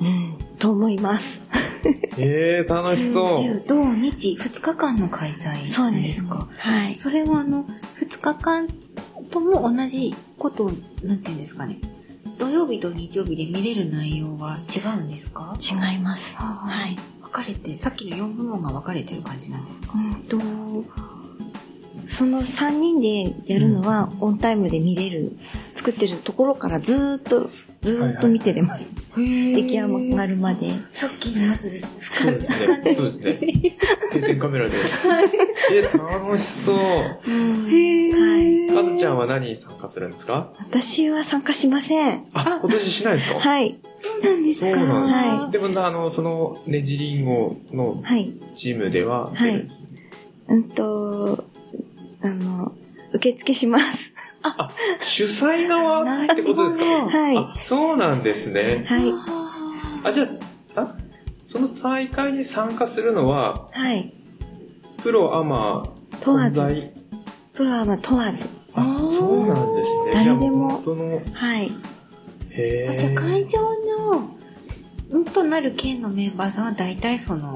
うん、と思います。えー、楽しそう。 10土日2日間の開催そうなんでですすかか。。はい。それはあの、2日間とも同じことを、なんていうんですかね。土曜日と日曜日で見れる内容は違うんですか違います。はい。分かれて、さっきの4部門が分かれてる感じなんですかうんと、その3人でやるのはオンタイムで見れる、作ってるところからずーっと、ずーっと見てれます。出出来上がるまで。さっきのやつです。そうですね。 そうですね。定点カメラで。え、楽しそう。うんはい。あずちゃんは何に参加するんですか私は参加しません。あ、今年しないんですかはい。そうなんですそかうなはんです。でも、あの、その、ねじりんごのはい。チームでは、はいうんと、あの、受付します。主催側ってことですかなるほどはい。あ、そうなんですね。はい。ああ、じゃあ、あその大会に参加するのは、はい。プロ、アマ、問わず。在。プロはまあ問わず。あ、そうなんですね。誰でもじゃあ本当の、はい。へあーじゃあ会場の、うんとなる県のメンバーさんは大体その、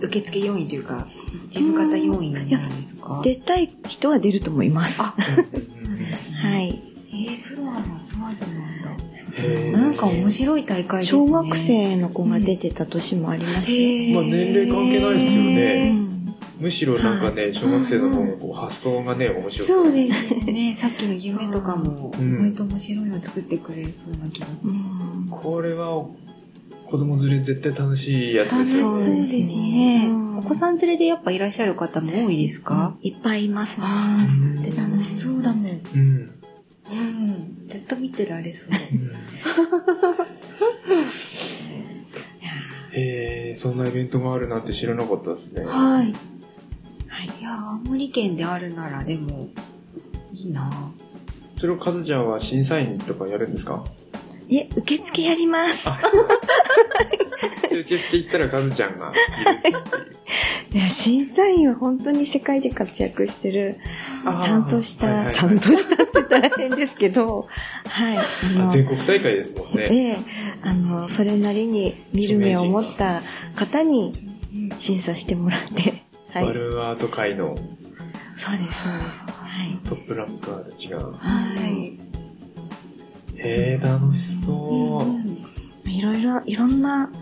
受付要員というか、事務方要員なんですか出たい人は出ると思います。あうんうんうんはい。えー、プロは問わずなんだ。へーなんか面白い大会ですね。小学生の子が出てた年もありましたよ。へーまあ年齢関係ないですようねんむしろなんかね、小学生の方がこう発想がね、面白そうす。ですよ ね。さっきの夢とかも、うん割と面白いの作ってくれそうな気がする。うんこれは、子供連れ絶対楽しいやつ楽でしすそようね。ですね。うんお子さん連れでやっぱいらっしゃる方も多いですか、いっぱいいますね。あうんあ、楽しそうだもん。うん。うん。ずっと見てられそう。 へえ、そんなイベントがあるなんて知らなかったですね。はい。いやー、青森県であるならでも、いいなそれをカズちゃんは審査員とかやるんですかいえ、受付やります。受付行ったらカズちゃんがいる。いや、審査員は本当に世界で活躍してる、あー ちゃんとしはいはいはた、いちゃんとしたって言ったら変ですけど、はい。ああの全国大会ですもんね。ええあの、それなりに見る目を持った方に審査しても らって、はいバ。ルーンアート界のそうです、そうです。はい。トップランカーたちが。はい。へえ、楽しそう。うんいろいろ、いろんな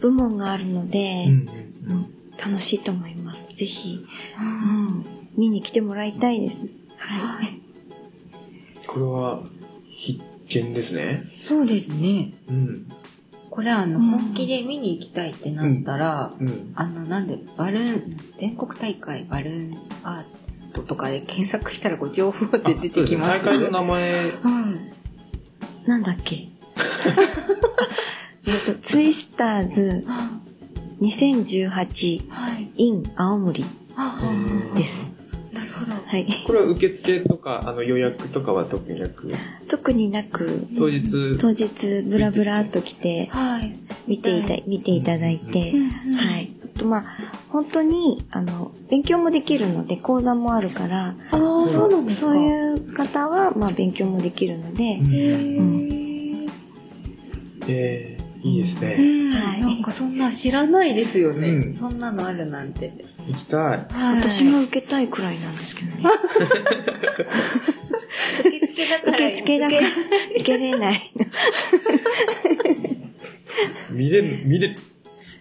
部門があるので、うんうん楽しいと思います。ぜひ、うん、見に来てもらいたいです。はい。これは必見ですね。そうですね。うん。これあの、うん本気で見に行きたいってなったら、うん。あの、なんで、バルーン、全国大会バルーンアートとかで検索したらこう情報あで出てきま。そうですね大会の名前、うん。なんだっけ えっと、ツイスターズあ2018はい。 in 青森あうんです。なるほど。はい。これは受付とか、あの予約とかは特になく、特になく、当日、当日ブラブラっと来て、はい。見ていた、見ていただいて、はい。あとまあ、本当に、あの、勉強もできるので、講座もあるから、ああ、そうなんですか。そういう方は、まあ、勉強もできるので、へえ。えー、いいですうね。ん、はいなんかそんな知らないですよね、うんそんなのあるなんて、行きたい。はい、私も受けたいくらいなんですけどね。受付だから受付だから、受けれ ない。見れる、見れ、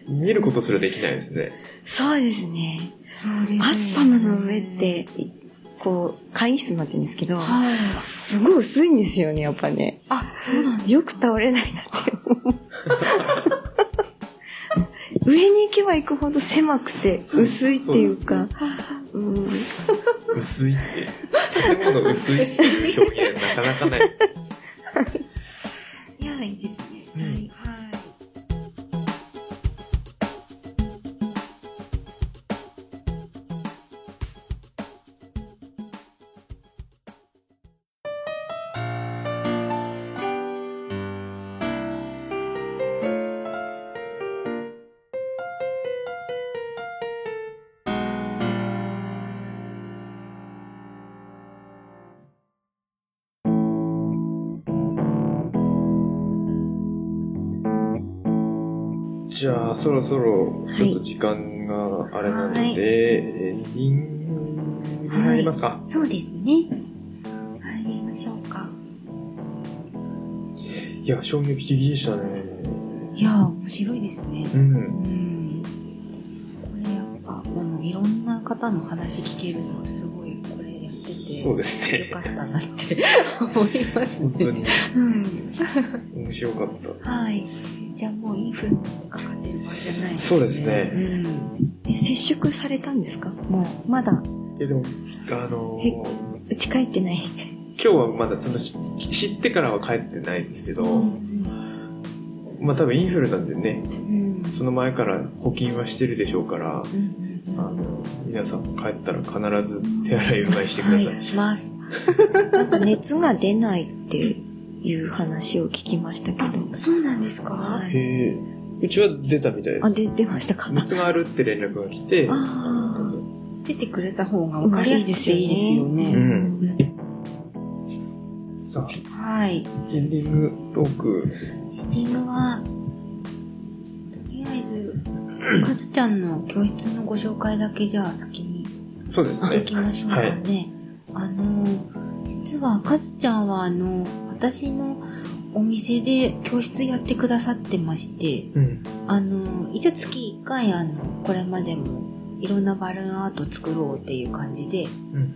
見ることすらできないですね。そうですね。そうですねアスパムの上って、いこう、会議室になってるんですけど、はいすごい薄いんですよね、やっぱね。あそうなんですよく倒れないなって思う。上に行けば行くほど狭くてそう薄いっていうか、うん、薄いって。建物の薄いっていう表現、なかなかない。いやいいですね、うんはいはいじゃあ、そろそろ、ちょっと時間があれなので、エンディングに入りますか。そうですね入りましょうかいや、衝撃的でしたね。いや面白いですねう。うんんこれやっぱあのいろんな方の話聞けるのはすごいこれやっててそうですよかっね。たなって思います本当ねにうん面白かった。はいじゃあもうインフルにかかってる場合じゃないですそうですねうんえ接触されたんですかもう、まだ、いや、でも、あのーえうち帰ってない。今日はまだそのし知ってからは帰ってないんですけど、うんまあ多分インフルなんでねうんその前から補菌はしてるでしょうからうんあの皆さんも帰ったら必ず手洗いうがいしてください、はい、します。なんか熱が出ないっていう話を聞きましたけど。そうなんですか。はへいえうちは出たみたいであ、すで、出ましたか熱があるって連絡が来てあ出てくれた方が分かりやすくていいですよね。ううんん。さあはい。エンディングトークエンディングは、とりあ えず、かずちゃんの教室のご紹介だけじゃあ先にそうでしすておねきましょうかね。あの、実はかずちゃんはあの、私のお店で教室やってくださってまして、うんあの、一応月1回、あの、これまでも、いろんなバルーンアート作ろうっていう感じで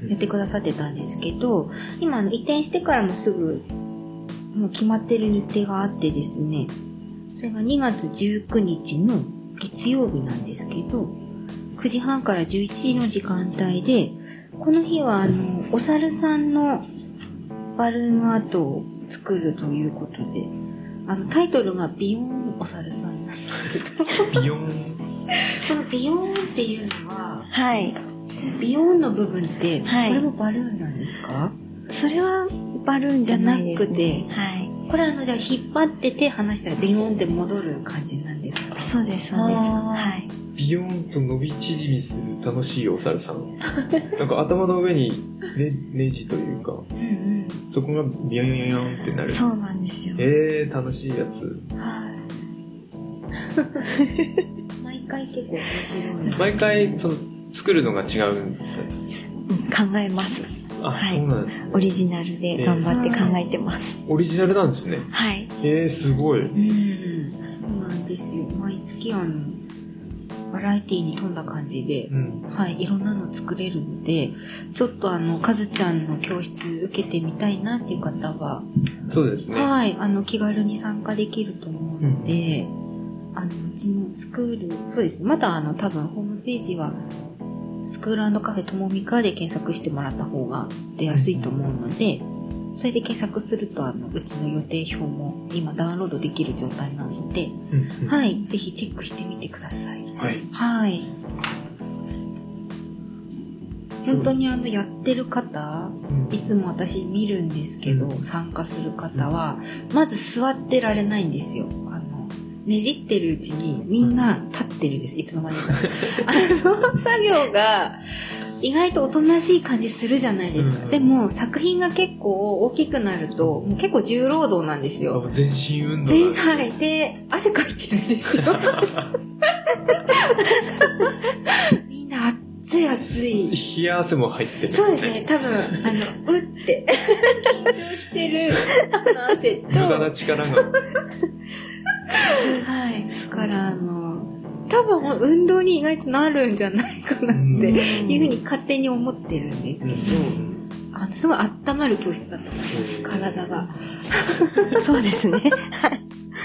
うやんってくださってたんですけど、今、あの、移転してからもすぐ、もう決まってる日程があってですね、それが2月19日の月曜日なんですけど、9時半から11時の時間帯で、この日は、あの、お猿さんのバルーンアートを作るということで、あの、タイトルがビヨーンお猿さんなんですビヨーンこのビヨーンっていうのははい。ビヨーンの部分って、はいこれもバルーンなんですかそれはバルーンじゃないです、ね。じゃなくて。はい。これあのじゃあ引っ張って手離したらビヨーンって戻る感じなんですかそうです、そうであーす。はい。ビヨーンと伸び縮みする楽しいお猿さんなんか頭の上にねネジというかうんそこがビヨンヨンヨンってなるそうなんですよ。えー、楽しいやつうんはい毎回結構面白いな毎回その作るのが違うんですねうん考えます。あ、はいそうなんですねオリジナルで頑張って考えてます。オリジナルなんですねはい。えー、すごいうんうんそうなんですよ毎月あのバラエティに富んだ感じでうんはい、いろんなの作れるので、ちょっとあの、かずちゃんの教室受けてみたいなっていう方は、そうですねはい、あの、気軽に参加できると思うので、あの、うちのスクール、そうですね、まだあの、多分ホームページは、スクールカフェともみかで検索してもらった方が出やすいと思うので、それで検索すると、あの、うちの予定表も今ダウンロードできる状態なので、うんうんははい、ぜひチェックしてみてください。いはい。本当にあの、やってる方、うんいつも私見るんですけど、うん参加する方は、まず座ってられないんですよ。あの、ねじってるうちにみんな立ってるんです、いつの間にかあの作業が意外とおとなしい感じするじゃないですか、うんでも作品が結構大きくなるともう結構重労働なんですよあ全身運動全なんですよ員吐いて汗かいてるんで すよみんな熱い熱い冷や汗も入ってるそうですね多分あのうって緊張してるあの汗と無駄な力がはい。ですから、あの、多分運動に意外となるんじゃないかなって、いうふうに勝手に思ってるんですうけど、んあの、すごい温まる教室だったんです体が。そうですね。はい。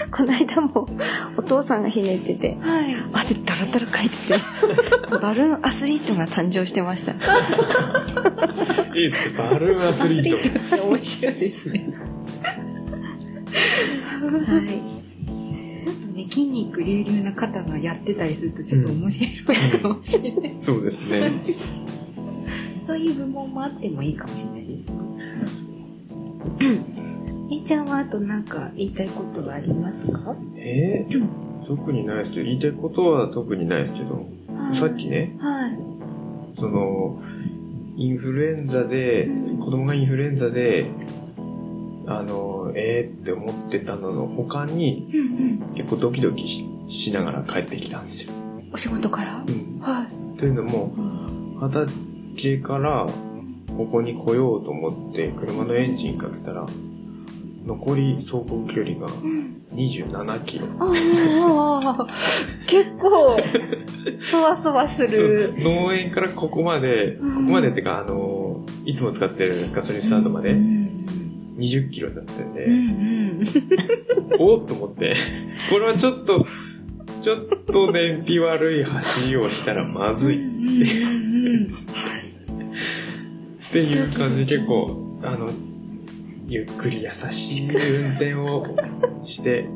この間もお父さんがひねってて、はい。汗だらだらかいてて、バルーンアスリートが誕生してました。いいですねバルーンアスリートって面白いですね。はい。ちょっとね、筋肉隆々な方がやってたりするとちょっと面白いかもしれない。そうですねそういう部門もあってもいいかもしれないですね。えいちゃんはあとなんか言いたいことはありますかえー特にないですけど言いたいことは特にないですけどさっきねはい。そのインフルエンザで子供がインフルエンザであのえーって思ってたのの他にうんうん。結構ドキドキししながら帰ってきたんですよ、お仕事からうん、はというのも畑からここに来ようと思って車のエンジンかけたら残り走行距離がい。うん。 27キロああ、結構、そわそわすそうる。農園からここまでここうんまでってかあのいつも使ってるガソリンスタンドまでうん20キロだったんで、うんうん。おっと思って、これはちょっと、ちょっと燃費悪い走りをしたらまずいっい。ていう感じで結構、あの、ゆっくり優しい運転をして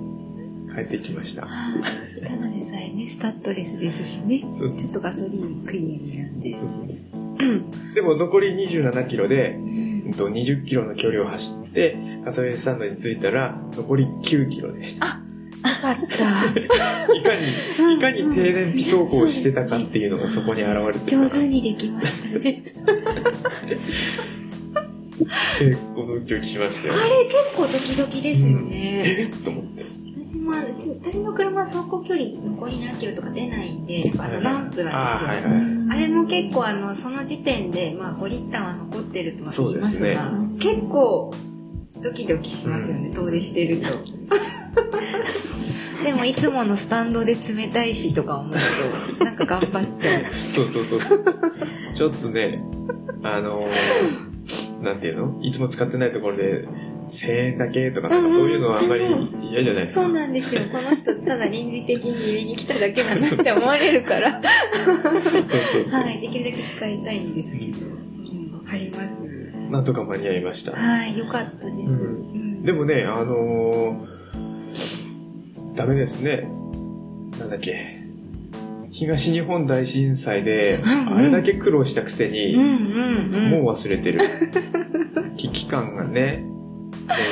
帰ってきました。はいただでさえね、スタッドレスですしね。そうそうちょっとガソリン食い気味なんで。そうそうそうでも残り27キロで、うんうんと20キロの距離を走って、ガソリンスタンドに着いたら、残り9キロでした。よかった。いかに、いかに低燃費走行をしてたかっていうのがそこに現れて上た手にできましたね。結構ドキドキしましたよ。あれ結構ドキドキですよね。えっと思って。私も、私の車は走行距離残り何キロとか出ないんで、あのランプなんですよ。あはいはいあれも結構あのその時点で、まあ、5リッターは残ってるとは言いますそうでが結構ドキドキしますよね、遠出してるとでもいつものスタンドで冷たいしとか思うとなんか頑張っちゃうそうそうそうそう。ちょっとね、あのー、なんていうのいつも使ってないところで、1000円だけとか、なんかそういうのはあんまり嫌じゃないですか。そうなんですよこの人ただ臨時的に入れに来ただけなんだって思われるからそうそうそう。はいできるだけ控えたいんですけど、うん、わかりますなんとか間に合いました。はいよかったです、ううんでもね、あのー、ダメですね。なんだっけ。東日本大震災で、うんうんあれだけ苦労したくせに、うんうんうんもう忘れてる。危機感がね、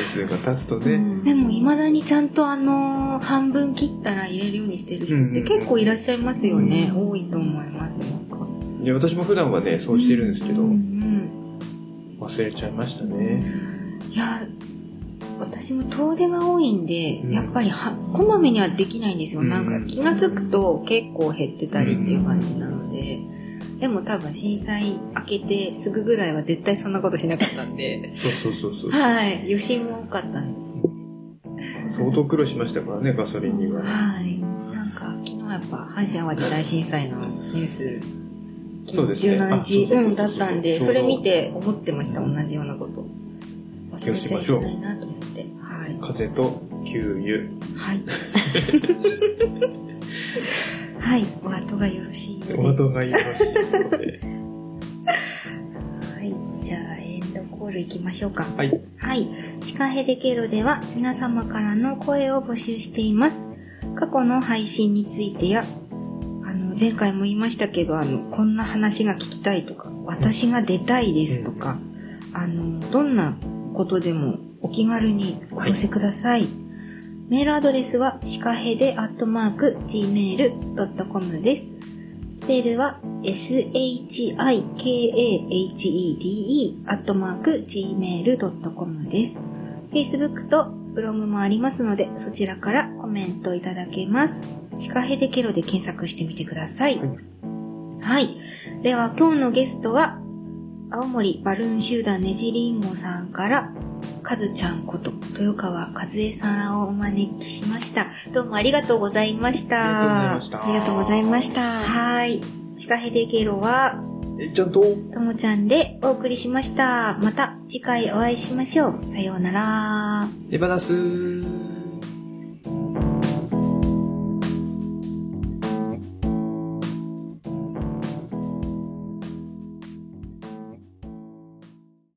年数が経つとうね、んでも、いまだにちゃんとあのー半分切ったら入れるようにしてる人って結構いらっしゃいますよね、多いと思いますなんかいや私も普段はね、そうしてるんですけど、うん忘れちゃいましたね。うんいや私も遠出が多いんで、うんやっぱりはこまめにはできないんですよ、うんなんか気が付くと結構減ってたりっていう感じなので、でも多分震災明けてすぐぐらいは絶対そんなことしなかった んでそうそうそうそう。はい余震も多かったんで相当苦労しましたからね、ガソリンにはね。はい。なんか、昨日やっぱ、阪神・淡路大震災のニュース、そうですね。柔軟日、あうん、だったんで、それ見。ううて思ってました、同じようなこと。忘れちゃいけないなと思って。はい。う風と給 はい。はい。お後がよろしいようで油、お後がよろしいので。はい。じゃあ、エンドコールいきましょうか。はい。はい。シカヘデケロでは皆様からの声を募集しています。過去の配信についてや、あの、前回も言いましたけど、あの、こんな話が聞きたいとか、私が出たいですとか、あの、どんなことでもお気軽にお寄せください。メールアドレスは、シカヘデアットマーク、gmail.com です。スペルは、shikahede アットマーク、gmail.com です。Facebook とブログもありますので、そちらからコメントいただけます。シカヘデケロで検索してみてください。はいはい。では、今日のゲストは、青森バルーン集団ねじりんごさんから、かずちゃんこと豊川和恵さんをお招きしました。どうもありがとうございました。ありがとうございましたありがとうございました。はい。シカヘデケロは、えいちゃんとともちゃんでお送りしました。また次回お会いしましょう。さようなら。レバナス